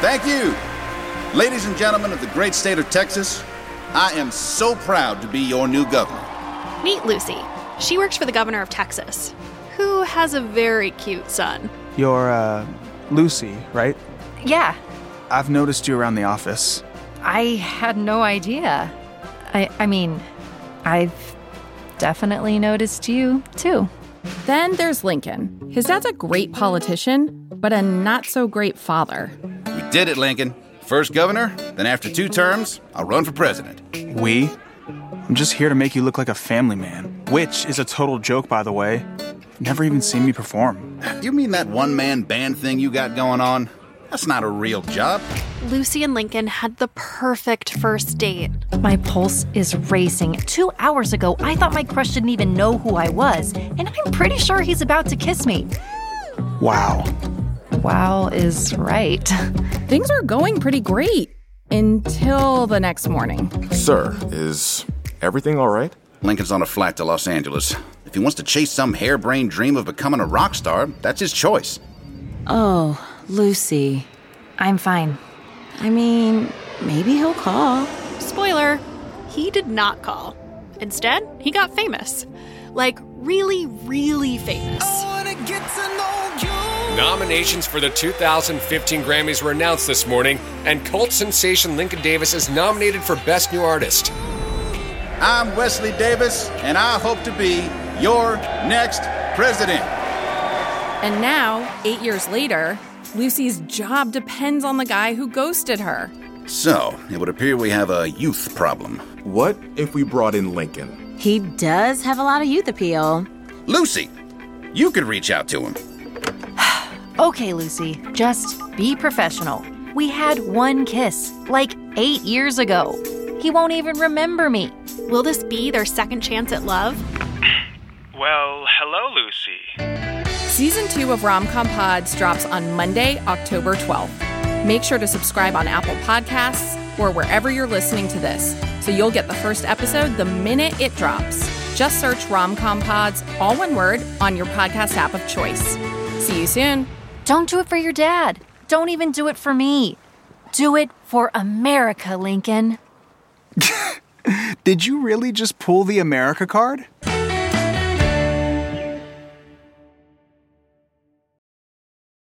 Thank you. Ladies and gentlemen of the great state of Texas, I am so proud to be your new governor. Meet Lucy. She works for the governor of Texas, who has a very cute son. You're, uh, Lucy, right? Yeah, I've noticed you around the office. I had no idea. I, I mean, I've definitely noticed you too. Then there's Lincoln. His dad's a great politician, but a not so great father. We did it, Lincoln. First governor, then after two terms, I'll run for president. We? I'm just here to make you look like a family man, which is a total joke, by the way. Never even seen me perform. You mean that one man band thing you got going on? That's not a real job. Lucy and Lincoln had the perfect first date. My pulse is racing. Two hours ago, I thought my crush didn't even know who I was, and I'm pretty sure he's about to kiss me. Wow. Wow is right. Things were going pretty great until the next morning. Sir, is everything all right? Lincoln's on a flight to Los Angeles. If he wants to chase some harebrained dream of becoming a rock star, that's his choice. Oh, Lucy. I'm fine. I mean, maybe he'll call. Spoiler, he did not call. Instead, he got famous. Like, really, really famous. Nominations for the 2015 Grammys were announced this morning, and cult sensation Lincoln Davis is nominated for Best New Artist. I'm Wesley Davis, and I hope to be your next president. And now, eight years later, Lucy's job depends on the guy who ghosted her. So, it would appear we have a youth problem. What if we brought in Lincoln? He does have a lot of youth appeal. Lucy, you could reach out to him. Okay, Lucy, just be professional. We had one kiss, like eight years ago. He won't even remember me. Will this be their second chance at love? Well, hello, Lucy. Season 2 of Romcom Pods drops on Monday, October 12th. Make sure to subscribe on Apple Podcasts or wherever you're listening to this so you'll get the first episode the minute it drops. Just search Romcom Pods, all one word, on your podcast app of choice. See you soon. Don't do it for your dad. Don't even do it for me. Do it for America, Lincoln. Did you really just pull the America card?